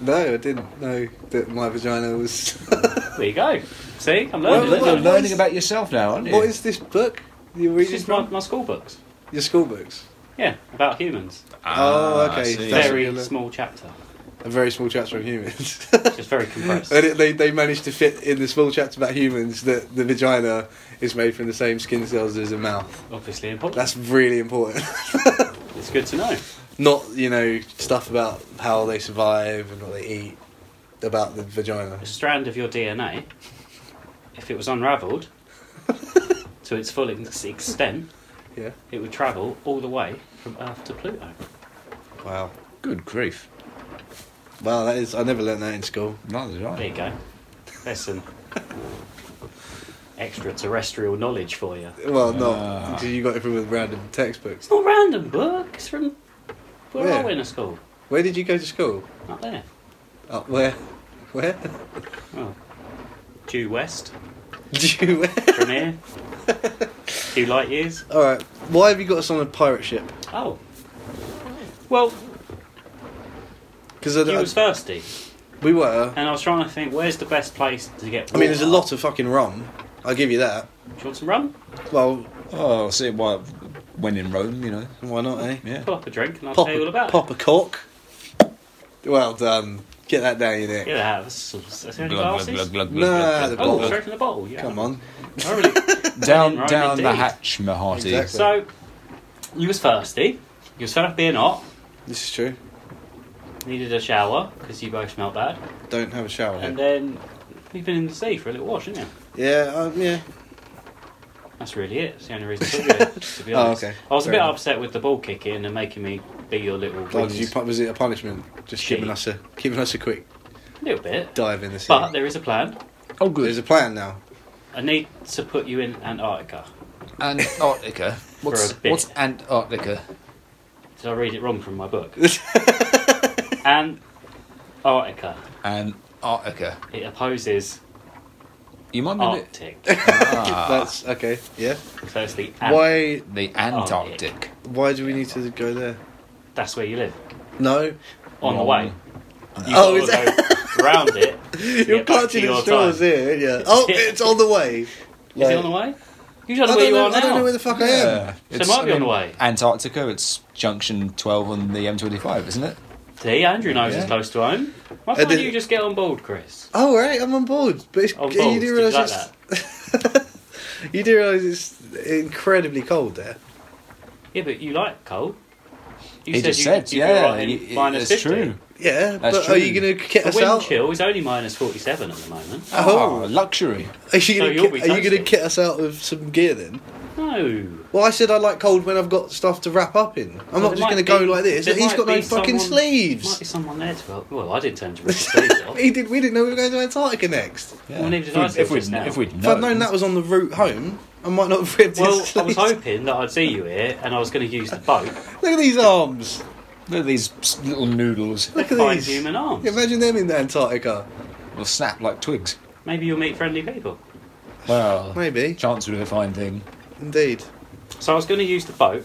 no, I didn't know that my vagina was. There you go. See, I'm Well, well, learning. You're isn't it? well, learning is- about yourself now, aren't you? what is this book you're This reading is my, from? my school books. Your school books. Yeah, about humans. Oh, Ah, I okay. see. That's what you're very lear- small chapter. A very small chapter on humans. Just very compressed. and it, they, they managed to fit in the small chapter about humans that the vagina is made from the same skin cells as the mouth. Obviously important. That's really important. It's good to know. Not, you know, stuff about how they survive and what they eat, about the vagina. A strand of your DNA, if it was unravelled to its full ex- extent, Yeah. it would travel all the way from Earth to Pluto. Wow. Good grief. Wow, that is. I never learned that in school. Neither did There I. you go. There's some extraterrestrial knowledge for you. Well, Ah. not because you got it from a random textbooks. It's not random book. It's from we're Where? all in a school. Where did you go to school? Up there. Up where? Where? Oh. Due west Do you? from here. Due light years. All right. Why have you got us on a pirate ship? Oh. Well, Because you was thirsty, we were. and I was trying to think where's the best place to get. I mean, there's a water? lot of fucking rum. I'll give you that. Do you want some rum? Well, Oh, see, why? When in Rome, you know. why not, eh? Yeah. Pull up a drink and I'll Pop, tell you all a, about pop a cork. Well done. Get that down in it. there. Yeah, they have. That's- that's- that's only Glug, glug, glasses. glug, glug, glug, Nah, glug, the glug, Oh, bottle. glug. straight from the bottle. Yeah. Come on. I really- Down, Rome, down the indeed. hatch, my hearty. Exactly. So, you was thirsty. You was fed up being hot. This is true. Needed a shower because you both smelled bad. Don't have a shower. And uh, Head. then you've been in the sea for a little wash, haven't you? Yeah, um, yeah. That's really it. It's the only reason I took you there, to be Oh, honest. okay. I was a Fair bit enough. upset with the ball kicking and making me be your little Oh, did you, wings. pu- was it a punishment? Just Shit. giving us a giving us a quick a little bit. dive in the sea. But there is a plan. Oh, good. There's a plan now. I need to put you in Antarctica. Antarctica. What's For a bit. what's Antarctica? Did I read it wrong from my book? Antarctica. And Antarctica. It opposes you might be Oh, a bit. Arctic. Ah. Ah. That's okay. Yeah. so it's the Ant. Why? The Antarctic. Why do we need to go there? That's where you live. No. On the Wrong. way. You Oh, gotta is that- go round it. You're back to clutching your at straws time. here. Yeah. Oh, it's on the way. Is Like- it on the way? You I don't know don't where you know. are I don't know now. where the um, fuck I am. Yeah. it might be on the way. Antarctica, it's junction 12 on the M25, isn't it? See, Andrew knows it's Yeah. close to home. Why can't did- you just get on board, Chris? Oh right, I'm on board. But it's, On you board, do did realise you like it's you do realise it's incredibly cold there. Yeah, but you like cold. You he said just you, said, you feel yeah, right in y- y- minus it's 50. true. Yeah, That's but true. are you going to kit The us wind out? chill is only minus 47 at the moment. Oh, Oh. luxury. Are you No, going you'll to are be you going to toasted. kit us out with some gear then? No. Well, I said I like cold when I've got stuff to wrap up in. I'm Well, not there just going to might go be- like this. there He's might got no be fucking someone- Might be sleeves. someone there to help. Well, I didn't tell him to rip the sleeves off. He did. We didn't know we were going to Antarctica next. Well, neither did I if, till if, we'd, just now. if we'd If I'd known that was on the route home, I might not have ripped Well, his I was sleeves. hoping that I'd see you here, and I was going to use the boat Look at these arms. Look at these s- little noodles. Look to at find these. human arms. Imagine them in Antarctica. Will snap like twigs. Maybe you'll meet friendly people. Well, Maybe. chance would be a fine thing. Indeed. So I was going to use the boat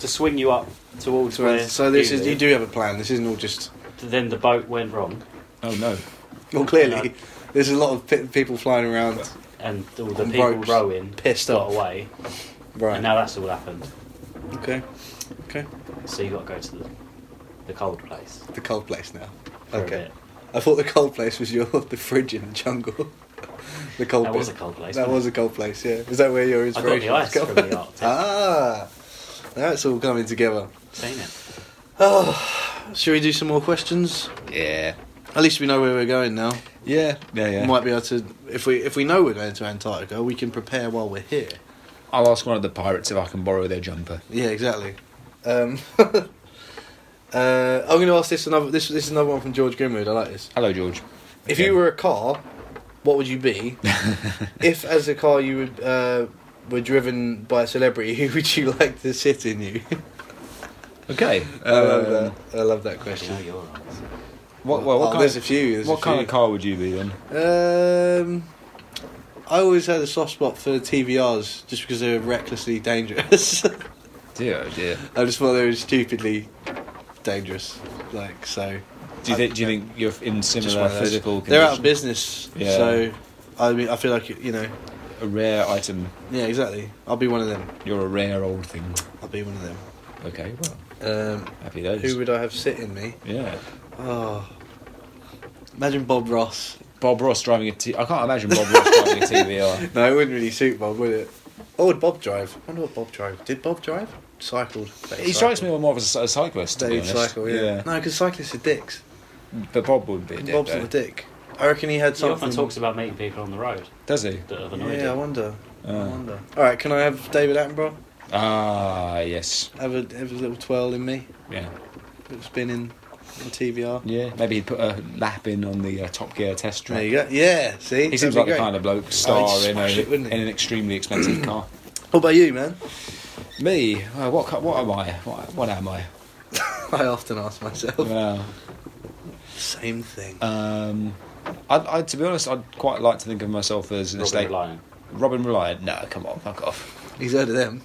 to swing you up towards So, uh, where. so this is you live. do have a plan. This isn't all just. Then the boat went wrong, Oh no. Well, clearly, there's a lot of pe- people flying around. and all the On people ropes. rowing Pissed got off. away, and Right. now that's all happened. Okay. Okay. So you got to go to the, the cold place. The cold place now. For A Okay. bit. I thought the cold place was your the fridge in the jungle. the cold. That bit. was a cold place, That wasn't was a cold place. Yeah. Is that where your I got the inspiration? ice was from coming? the Arctic. ah, that's all coming together. Seen it. Ah, Should we do some more questions? Yeah. At least we know where we're going now. Yeah. Yeah. Yeah. We might be able to if we if we know we're going to Antarctica, we can prepare while we're here. I'll ask one of the pirates if I can borrow their jumper. Yeah, exactly. Um, uh, I'm going to ask this another. This this is another one from George Grimwood. I like this. Hello, George. If Okay. you were a car, what would you be? if as a car you would uh, were driven by a celebrity, who would you like to sit in you? Okay. I love um, that. I love that You know question. your eyes. What, well, what Oh, kind there's of, a few. There's what a kind few. of car would you be then? Um, I always had a soft spot for TVRs just because they were recklessly dangerous. Dear, oh dear. I just thought they were stupidly dangerous. Like so, Do you think? Do you think you're in just similar one of those. physical? They're out of condition? business. Yeah. So, I mean, I feel like you know. A rare item. Yeah, exactly. I'll be one of them. You're a rare old thing. I'll be one of them. Okay. Well, Um, happy days. who would I have sitting me? yeah. Oh, imagine Bob Ross. Bob Ross driving a T. I can't imagine Bob Ross driving a TVR. No, it wouldn't really suit Bob, would it? Or would Bob drive? I wonder what Bob drove. Did Bob drive? Cycled. Bet He strikes me cycled. more as a cyclist. To Bet be he'd honest. cycle, yeah. yeah. No, because cyclists are dicks. But Bob would be a dick. Bob's though. not a dick. I reckon he had He something. often talks about meeting people on the road Does he? that have annoyed yeah, I him. wonder. I Uh. wonder. All right, can I have David Attenborough? Ah, yes. Have a have a little twirl in me. Yeah. Little spin in on TVR. Yeah. Maybe he'd put a lap in on the uh, Top Gear test There track. you go. Yeah, see. He seems like the kind of bloke star in, a, Oh, smash it, wouldn't he? in an extremely expensive car. What about you, man? Me? Uh, what? ca- What am I? What, what am I? I often ask myself Well, same thing. um, I'd, I'd, to be honest, I'd quite like to think of myself as an Robin estate. Reliant. Robin Reliant. No, come on, fuck off. He's heard of them.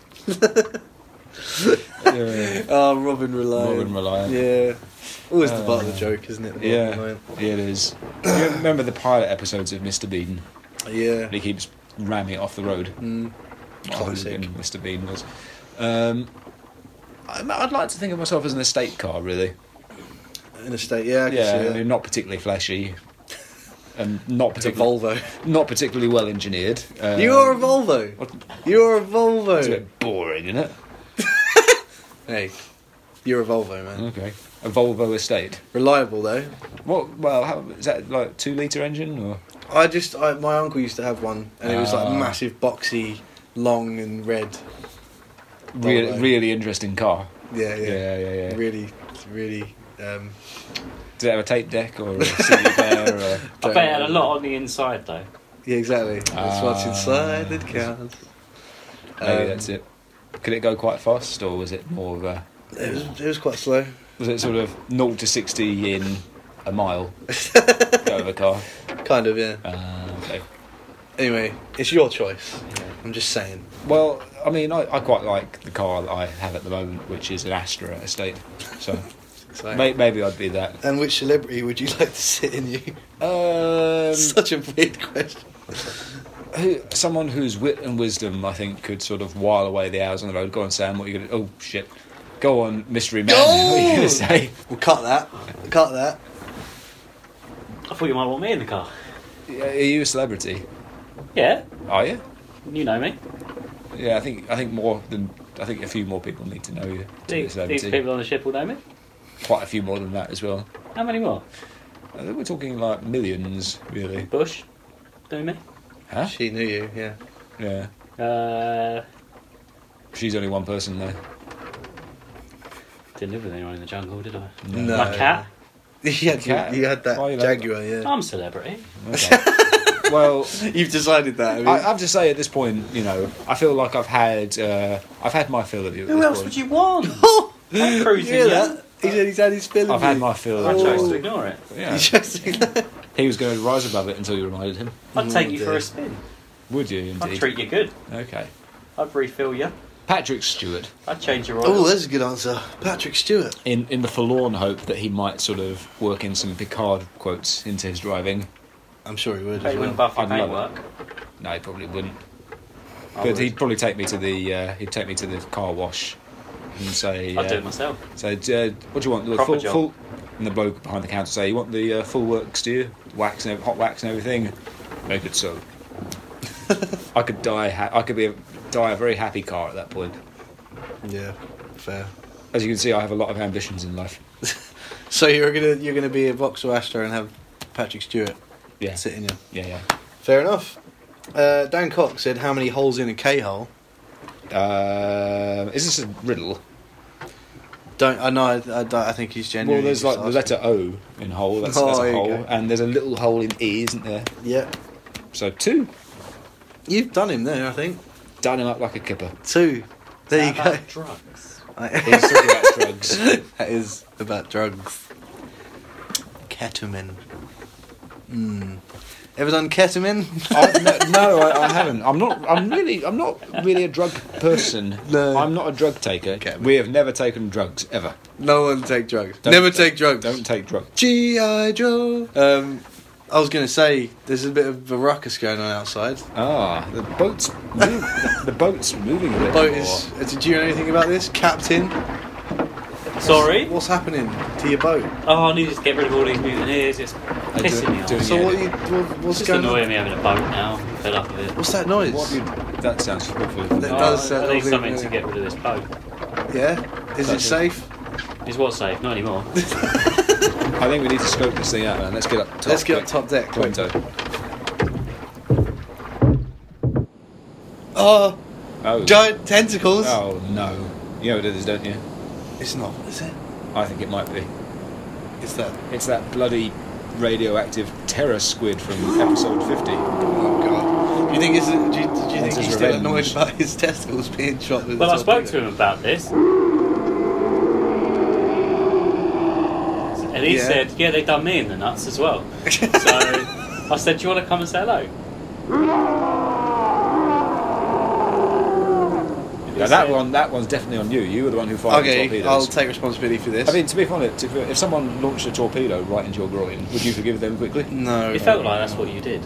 yeah, Oh, Robin Reliant. Ah, Robin Reliant. Yeah. Always the butt of Uh, the joke, isn't it? the Robin yeah, Reliant? yeah, it is. Do you remember the pilot episodes of Mr. Bean? Yeah. And he keeps ramming it off the road. Mm. What a hooligan Classic. Mr. Bean was. Um, I- I'd like to think of myself as an estate car, really. In a state, yeah. I can Yeah, see I that. mean, not particularly flashy, and not It's a particularly Volvo. not particularly well engineered. Um, You're a Volvo. what- You're a It's a Volvo. bit boring, isn't it? Hey, you're a Volvo, man. Okay. A Volvo estate. Reliable though. What? Well, how, is that like two liter engine or? I just, I, my uncle used to have one, and it was like Ah. massive, boxy, long and red. Really, Volvo. really interesting car. Yeah, yeah, Yeah, yeah, yeah. Really, really. Um, Did it have a tape deck or a CD player? Or... I bet it had a lot on the inside though. yeah, exactly. That's what's Ah. inside that counts. Maybe Um, that's it. Could it go quite fast, or was it more of a? It was, it was quite slow. Was it sort of zero to sixty in a mile? go of a car. Kind of, yeah. Uh, okay. Anyway, it's your choice. I'm just saying. Well, I mean, I, I quite like the car that I have at the moment, which is an Astra Estate. So It's like- may, maybe I'd be that. And which celebrity would you like to sit in you? Um, Such a weird question. who, someone whose wit and wisdom, I think, could sort of while away the hours on the road. Go on, Sam. What are you going to? Oh shit! Go on, mystery man. What are you going No! to say? We'll cut that. Cut that. I thought you might want me in the car. Are you a celebrity? Yeah, Are you? you know me. Yeah, I think I think more than I think a few more people need to know you. to be a These, these celebrity. people on the ship will know me. Quite a few more than that as well. How many more? I think we're talking like millions, really. Bush, know me. Huh? She knew you, yeah. Yeah. Uh, She's only one person though. didn't live with anyone in the jungle, did I? No. My cat. You had, Cat? Oh. you had that Why you like Jaguar, yeah. I'm a celebrity. Okay. well, You've decided that. I mean. I, I have to say at this point, you know, I feel like I've had uh, I've had my fill of you. At Who this else point. would you want? Oh! I'm You cruising. hear Yeah. that? Oh. He said he's had his fill of I've had you. my fill. I Of chose to you. ignore it. Yeah. You just- He was going to rise above it until you reminded him. I'd take you dear. for a spin. Would you I'd indeed? treat you good. Okay. I'd refill you. Patrick Stewart, I'd change your oil. oh, that's a good answer. Patrick Stewart. in in the forlorn hope that he might sort of work in some Picard quotes into his driving. I'm sure he would. Bet As you well. wouldn't buff your I'd love paintwork. No, he probably wouldn't. I but would. he'd probably take me to the uh, he'd take me to the car wash and say, I'd do uh, it myself. "So, uh, what do you want? The Proper full, job. full?" And the bloke behind the counter say, "You want the uh, full works, do you? Wax and ev- hot wax and everything. Make it so." I could die. Ha- I could be a, die a very happy car at that point. Yeah, fair. As you can see, I have a lot of ambitions in life. So you're gonna you're gonna be a Vauxhall Astra and have Patrick Stewart Yeah, sitting you. yeah, Fair enough. Uh, Dan Cox said, "How many holes in a K hole?" yeah. Uh, is this a riddle? Don't I know? I, I, don't- I think he's Well, genuine. there's like the letter O in hole. That's, that's Oh, there a you hole, go. and there's a little hole in E, isn't there? Yeah, So two. you've done him there. I think Done him up like a kipper. two. There you Uh-huh. How go. about Drugs. I- He's talking about drugs. that is about drugs. Ketamine. Hmm. Ever done ketamine? I, no, no I, I haven't. I'm not. I'm really. I'm not really a drug person. No. I'm not a drug taker. Okay. We have never taken drugs ever. no one take drugs. Don't- Never don't- take drugs. Don't take drugs. G.I. Joe. Um, I was going to say, there's a bit of a ruckus going on outside. Ah, the boat's move, the, the boat's moving a bit. Boat more. is. uh, Did you know anything about this? Captain? Sorry? What's happening to your boat? Oh, I need to get rid of all these mutineers. It's pissing me off. do it. It's So Yeah. what are you. What, what's just going on? annoying me having a boat now. I'm fed up with it. What's that noise? What have you- that sounds awful. That Oh, does sound I need awfully something to familiar. get rid of this boat. Yeah? Is it That's it. safe? Is what safe? Not anymore. I think we need to scope this thing out, man. Let's get up top. Let's get quick. up top deck, Come on, quick. Toad. Oh, Oh. giant tentacles. Oh no. You know what it is, don't you? It's not, is it? I think it might be. It's that. It's that bloody radioactive terror squid from episode 50. Oh god. Do you think is it, do you, do you think That's his he's still revenge. annoyed about his testicles being shot with well, a I spoke to torpedo? him about this. And he Yeah. said, yeah, they done me in the nuts as well. so I said, do you want to come and say hello? Now that one, that one's definitely on you. You were the one who fired the Okay, torpedoes. I'll take responsibility for this. I mean, to be honest, if, uh, if someone launched a torpedo right into your groin, would you forgive them quickly? no. It felt like that's what you did.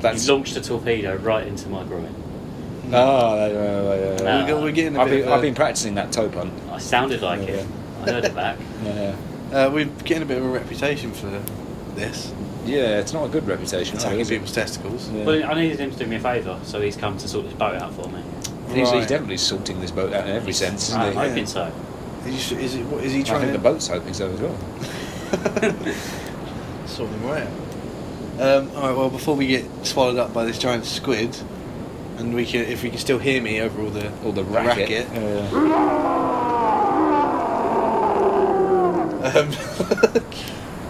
That's You launched a torpedo right into my groin. ah, no, no, no, no, no. No. We're, go- we're getting a I've bit. been, of a- I've been practicing that toe punt. I sounded like Yeah, it. I heard it back. Yeah, uh, we're getting a bit of a reputation for this yeah, it's not a good reputation. attacking though, is it? people's testicles. Yeah. Well, I needed him to do me a favour, so he's come to sort this boat out for me. He's, he's Right. definitely sorting this boat out in every sense, isn't I'm he? I, right. hoping so. Is, he- is, it, what, is he think trying the to boat's hoping so as well. sort them right out? Um, all right. Well, before we get swallowed up by this giant squid, and we can, if we can still hear me over all the All the the racket. racket. Yeah. Um,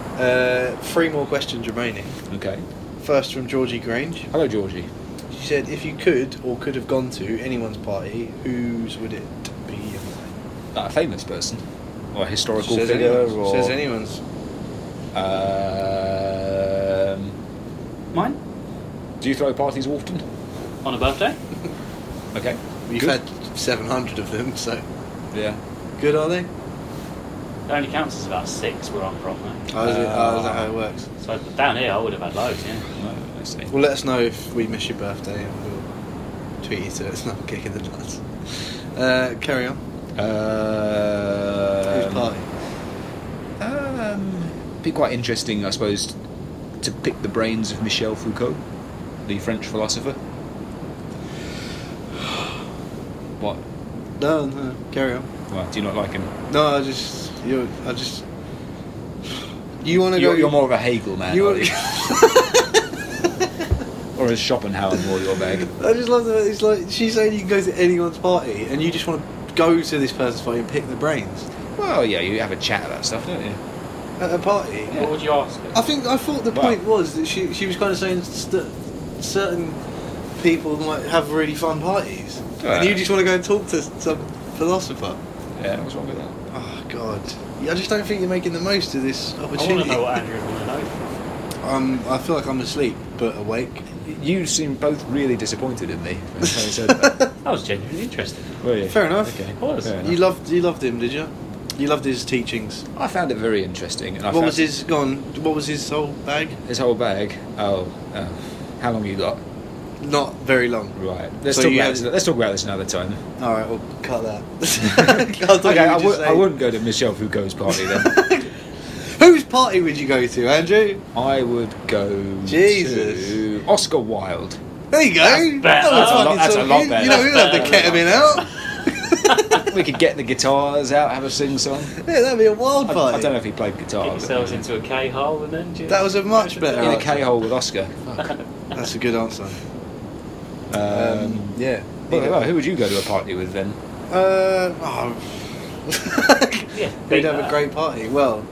uh, three more questions remaining. okay. First from Georgie Grange. Hello, Georgie. She said, if you could or could have gone to anyone's party, whose would it be? and why?" Like a famous person, or a She historical says figure, anyone's. She or says anyone's. Um, Mine? do you throw parties often? On a birthday? Okay. You've Good. had 700 of them, so Yeah. good are they? It only counts as about six where I'm from, mate. How Oh, is, it, how is Uh, that how it works? So down here, I would have had loads, yeah. No, I see. Well, let us know if we miss your birthday and we'll tweet you so it's not kicking the nuts. Uh, carry on. Um, Whose party? Um, be quite interesting, I suppose, to pick the brains of Michel Foucault, the French philosopher. What? No, no, carry on. Well, do you not like him? No, I just. You, I just. You want to go. You're, you're more of a Hegel man, You are you? or is Schopenhauer more your bag? I just love that it's like she's saying you can go to anyone's party and you just want to go to this person's party and pick the brains Well, yeah, you have a chat about stuff, don't you? at a party. What would you ask? I think I thought the Wow. point was that she she was kind of saying s- that certain people might have really fun parties Yeah. and you just want to go and talk to some philosopher. Yeah, what's wrong with that? Oh God, I just don't think you're making the most of this I want to opportunity. know what Andrew would want to know. um, I feel like I'm asleep but awake. You seem both really disappointed in me. when I said that. I was genuinely interested. Were you? Fair enough. Okay. Of course. Fair enough. You loved you loved him, did you? You loved his teachings. I found it very interesting. And I what found was his gone? What was his whole bag? His whole bag. Oh, oh. how long you got? Not very long. Right. Let's So talk you about had- this. Let's talk about this another time. All right, we'll cut that. I thought you Okay, were I, just would, I saying, wouldn't go to Michelle Foucault's party then. Whose party would you go to, Andrew? I would go Jesus. to Oscar Wilde. There you go. better. That's a fucking lot- that's a song. lot You- better. You know, he'll have the That's better. ketamine out. we could get the guitars out, have a sing song. Yeah, that'd be a wild I, party. I don't know if he played guitar. Get but- yourselves into a K hole and then just. Oh, That was a much better. in a answer. K hole with Oscar. That's a good answer. Um, Um, yeah. well, well, who would you go to a party with then? Uh, oh. Yeah, They'd beat have a that. great party. Well,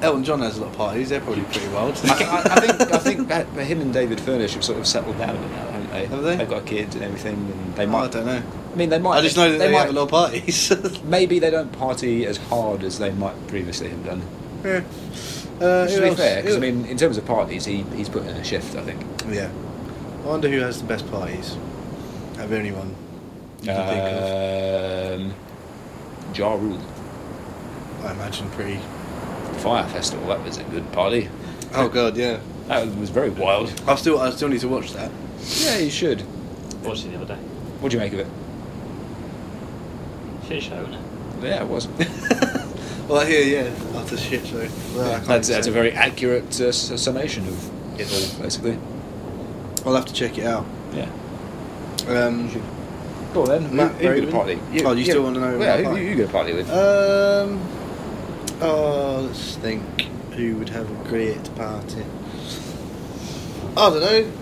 Elton John has a lot of parties. They're probably pretty wild. I, I, I think I think that him and David Furnish have sort of settled down a bit now, haven't they? Have they? They've got kids and everything, and they Oh, I might. don't know. I mean, they might. I just know that they, might have a lot of parties. Uh, Maybe they don't party as hard as they might previously have done. Yeah. Uh, Which who to be else? fair, because Who- I mean, in terms of parties, he, he's put in a shift, I think. Yeah. I wonder who has the best parties. Have anyone you can think Um, Ja Rule. Uh, of? I imagine pretty. Fire Festival, that was a good party. Oh god, yeah. That was very wild. I still, I still need to watch that. Yeah, you should. Watched it the other day. What do you make of it? Shit show, isn't it? Yeah, it was. Well, I hear, yeah, after shit show. Well, I can't that's, say. that's a very accurate uh, s- summation of it all, basically. I'll have to check it out. Yeah. Um, Go on then. Matt Matt, you, you Raven. get a party. Oh, you still want to know Yeah, about who, mine? you get a party with? um, oh, let's think. Who would have a great party? I don't know.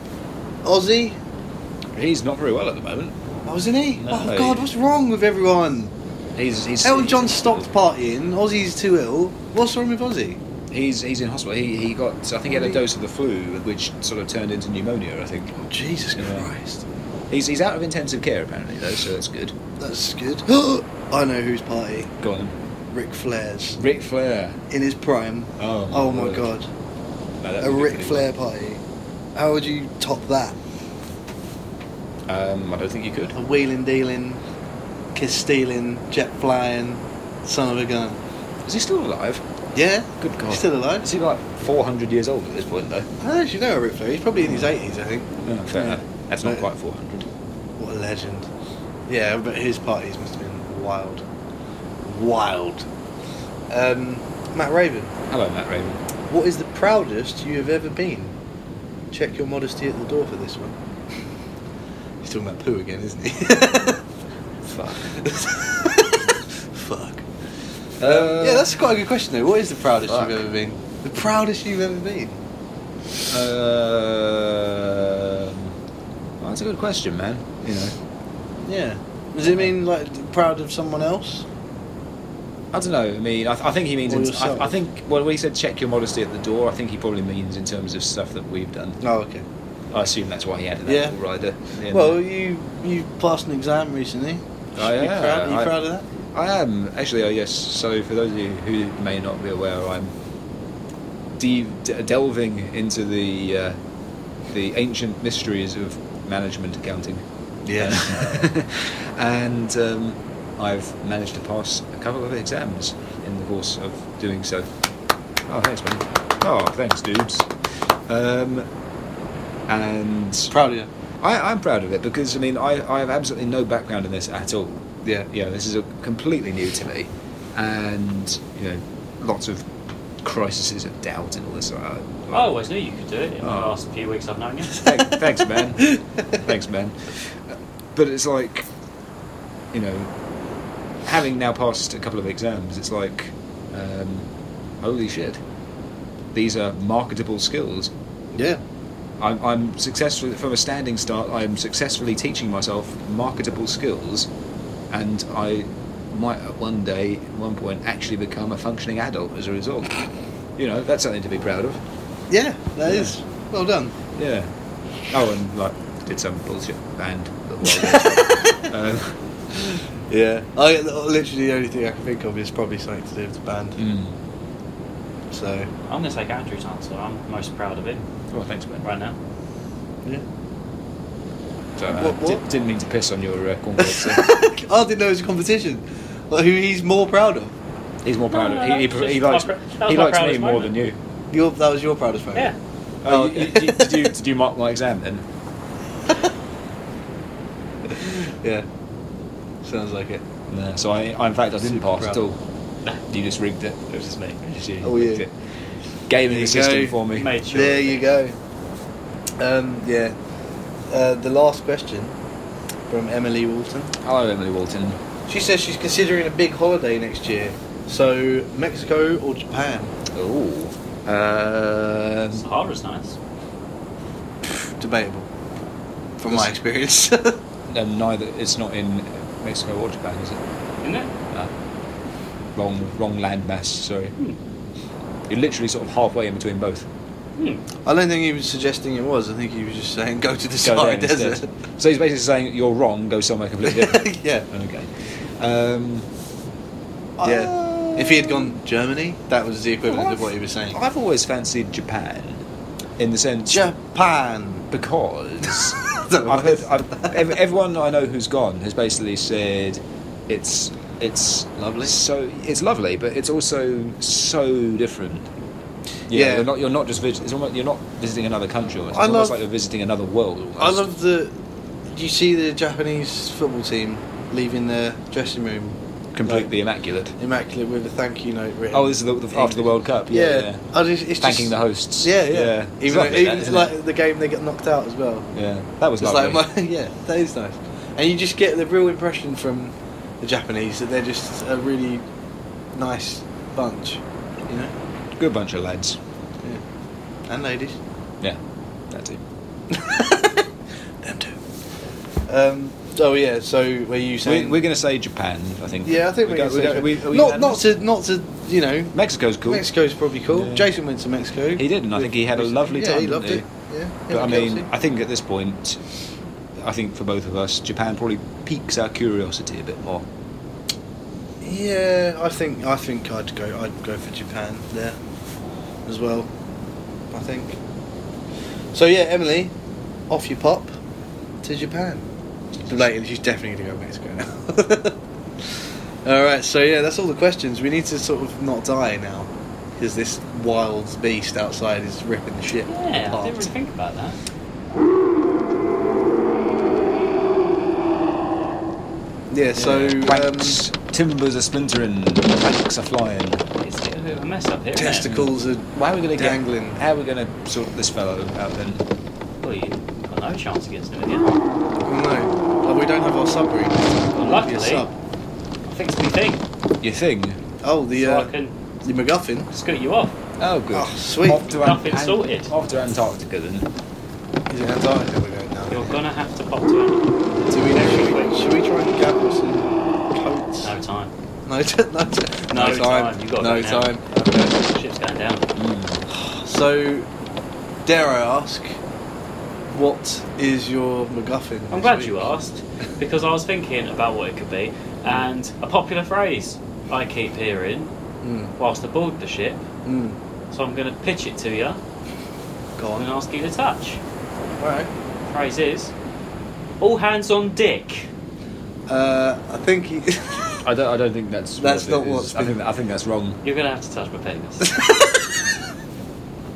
Ozzy. Uh, he's not very well at the moment. Oh, wasn't he? No. Oh god, what's wrong with everyone? He's he's Elton John stopped partying. Ozzy's too ill. What's wrong with Ozzy? He's he's in hospital. He he got I think he had a dose of the flu, which sort of turned into pneumonia. I think. Jesus Yeah. Christ. He's he's out of intensive care apparently though, so that's good. That's good. I know whose party. Go on. Ric Flair's. Ric Flair. In his prime. Oh. Oh my word. god. No, that'd A be Ric pretty Flair party. How would you top that? good. Um, I don't think you could. A wheeling dealing, kiss stealing, jet flying, son of a gun. Is he still alive? Yeah? Good God. He's still alive. Is he like 400 years old at this point though? I don't actually know Ric Flair. He's probably in his 80s, I think. No, fair Yeah. enough. That's not No. quite 400. What a legend. Yeah, but his parties must have been wild. Wild. Um, Matt Raven, Hello, Matt Raven. what is the proudest you have ever been? Check your modesty at the door for this one. He's talking about poo again, isn't he? Fuck. Fuck. Uh, yeah, that's quite a good question though. What is the proudest fuck. you've ever been? The proudest you've ever been? Uh, well, that's a good question, man. You know, Yeah. Does it mean like proud of someone else? I don't know. I mean, I, th- I think he means. Or In, yourself. I, I think well, when he said check your modesty at the door, I think he probably means in terms of stuff that we've done. Oh, okay. I assume that's why he added that Yeah. little rider. at the end. Well, you you passed an exam recently. Oh, Should be yeah, proud- Are you I- proud of that? I am actually. Oh, yes. So for those of you who may not be aware, I'm de- de- delving into the uh, the ancient mysteries of management accounting. and um, I've managed to pass a couple of exams in the course of doing so. Oh, thanks, man. Oh, thanks, dudes. Um, and Proud of you. I, I'm proud of it because I mean I, I have absolutely no background in this at all. Yeah. You know, this is a completely new to me, and you know, lots of crises of doubt and all this. Uh, I always knew you could do it in the Oh. last few weeks I've known you. Thank, thanks, man. thanks, man. But it's like, you know, having now passed a couple of exams, it's like, um, holy shit, these are marketable skills. Yeah. I'm, I'm successfully from a standing start. I am successfully teaching myself marketable skills, and I might at one day, at one point, actually become a functioning adult as a result. You know, that's something to be proud of. Yeah, that is Well done. Yeah. Oh, and like did some bullshit band. that was- um, Yeah. I literally the only thing I can think of is probably something to do with the band. mm. So I'm going to take Andrew's answer. I'm most proud of him Oh, thanks, man. right now. yeah. So, uh, What- what? Did, not mean to piss on your uh, cornbread. So. I didn't know it was a competition. Like, who he's more proud of? He's more proud No, of no, he, he, that was pre- he likes just my pr- that was he my likes me proudest more moment. than you. Your that was your proudest moment. Yeah. Oh, Oh, you, you, did, did you did you mark my exam then? Yeah. Sounds like it. No. So I, I in fact I didn't Super pass proud. at all. You just rigged it. It was just me. It was just you. Oh, rigged yeah. it. Gaming There you the system go. for me. Made sure. There you go. Um, yeah. Uh, the last question from Emily Walton. Hello, Emily Walton. She says she's considering a big holiday next year. So Mexico or Japan? Oh. Um, Sahara's nice. Debatable. From my experience. and neither it's not in Mexico or Japan, is it? Isn't it? No. Wrong, wrong landmass. Sorry. Hmm. You're literally sort of halfway in between both. Hmm. I don't think he was suggesting it was. I think he was just saying go to the Go there Sahara instead. Desert. So he's basically saying you're wrong. Go somewhere completely different. yeah. okay. Um, Yeah. uh, If he had gone Germany, that was the equivalent of what he was saying. I've always fancied Japan, in the sense Japan. because Don't I've know. heard, I've, ev- everyone I know who's gone has basically said it's it's Lovely. So it's lovely, but it's also so different. You Yeah. know, you're not you're not just visit, it's almost, you're not visiting another country. Almost. It's I almost love- like you're visiting another world. Almost. I love the. Do you see the Japanese football team leaving their dressing room completely immaculate. immaculate with a thank you note written? Oh, this is the, the, after the World Cup. Yeah, Yeah, yeah. I just, it's thanking just, the hosts. Yeah, yeah. It's Even, lovely, even that, isn't like it? the game they get knocked out as well. yeah, that was It's lovely. like, my, yeah, that is nice. And you just get the real impression from the Japanese that they're just a really nice bunch, you know, Good bunch of lads. and ladies. Yeah, that too. Them too. Um, oh yeah. So were you We, saying? we're going to say Japan, I think. yeah, I think we're go- gonna say go- Japan. we- are we not not unanimous? to not to you know. Mexico's cool. Mexico's probably cool. Yeah. Jason went to Mexico. He did, and I think he had a lovely yeah, time, he didn't loved he? it. Yeah. him But I and mean, Kelsey. I think at this point, I think for both of us, Japan probably piques our curiosity a bit more. Yeah, I think I think I'd go I'd go for Japan there as well. I think. So yeah, Emily, off you pop to Japan. Lately, she's definitely gonna go to Mexico now. all right, so yeah, that's all the questions. We need to sort of not die now because this wild beast outside is ripping the ship Yeah, I apart. didn't really think about that. Yeah, so um, planks, timbers are splintering, planks are flying. It's a bit of a mess up here. isn't it? testicles are Why are we going to Dangling. Get, how are we going to sort this fellow out then? Well, you've got no chance against him again. Oh no, Well, we don't have our submarine. Well, Might be a luckily, sub. Things me thing, Your thing? Oh, the so I uh, can the MacGuffin. scoot you off. Oh, good. Oh, sweet. Off to, Nothing Ant- sorted. off to Antarctica then. Is it Antarctica we're going down? You're gonna have to pop to him. Do we know? Should we, should we try and gather some coats? No time. No, t- no, t- No time. time. You gotta No go now. time. Okay. Ship's going down. So, dare I ask, what is your MacGuffin? I'm this glad week? you asked because I was thinking about what it could be, and a popular phrase I keep hearing Mm, whilst aboard the ship. mm, So I'm going to pitch it to you go and on. ask you to touch. Alright. Phrase is, all hands on dick. Uh, I think he. I don't, I don't think that's. That's what not it is. what's I think, been- I think that's wrong. You're going to have to touch my penis.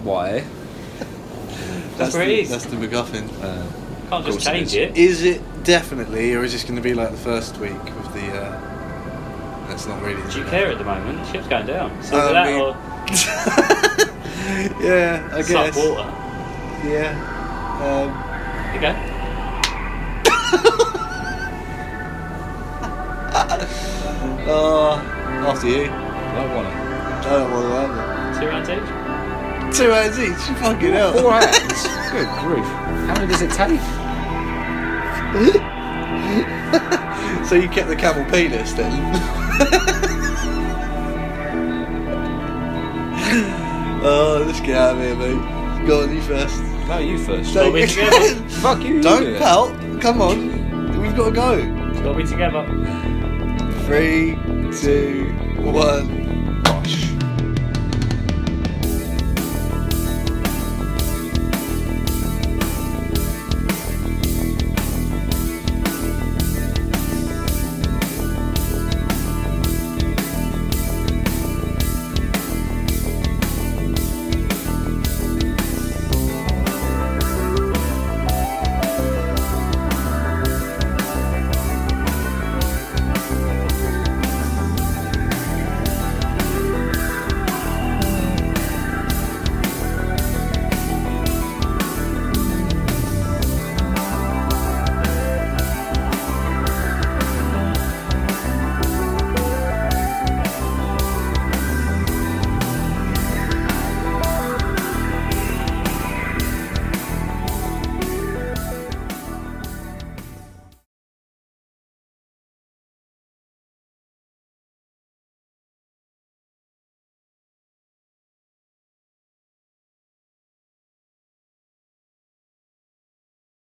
Why? that's, where it the, is. that's the MacGuffin. Uh, Can't course just it change is. it. Is it definitely, or is this going to be like the first week with the? Uh, that's not really. Do you care at the moment? The ship's going down. So Um, Uh, that me- or yeah, I guess. sub water. Yeah. Um, There you go. Uh, after you. don't want it. I don't want to Two rounds each. either. Two hands each, fucking hell. Four hands? Good grief. How many does it take? So you kept the camel penis then? oh, let's get out of here, mate. Go on, you first. No, you first. Are we together? Fuck you. don't pelt. Come on. We've got to go. Got me together. Three, two, one.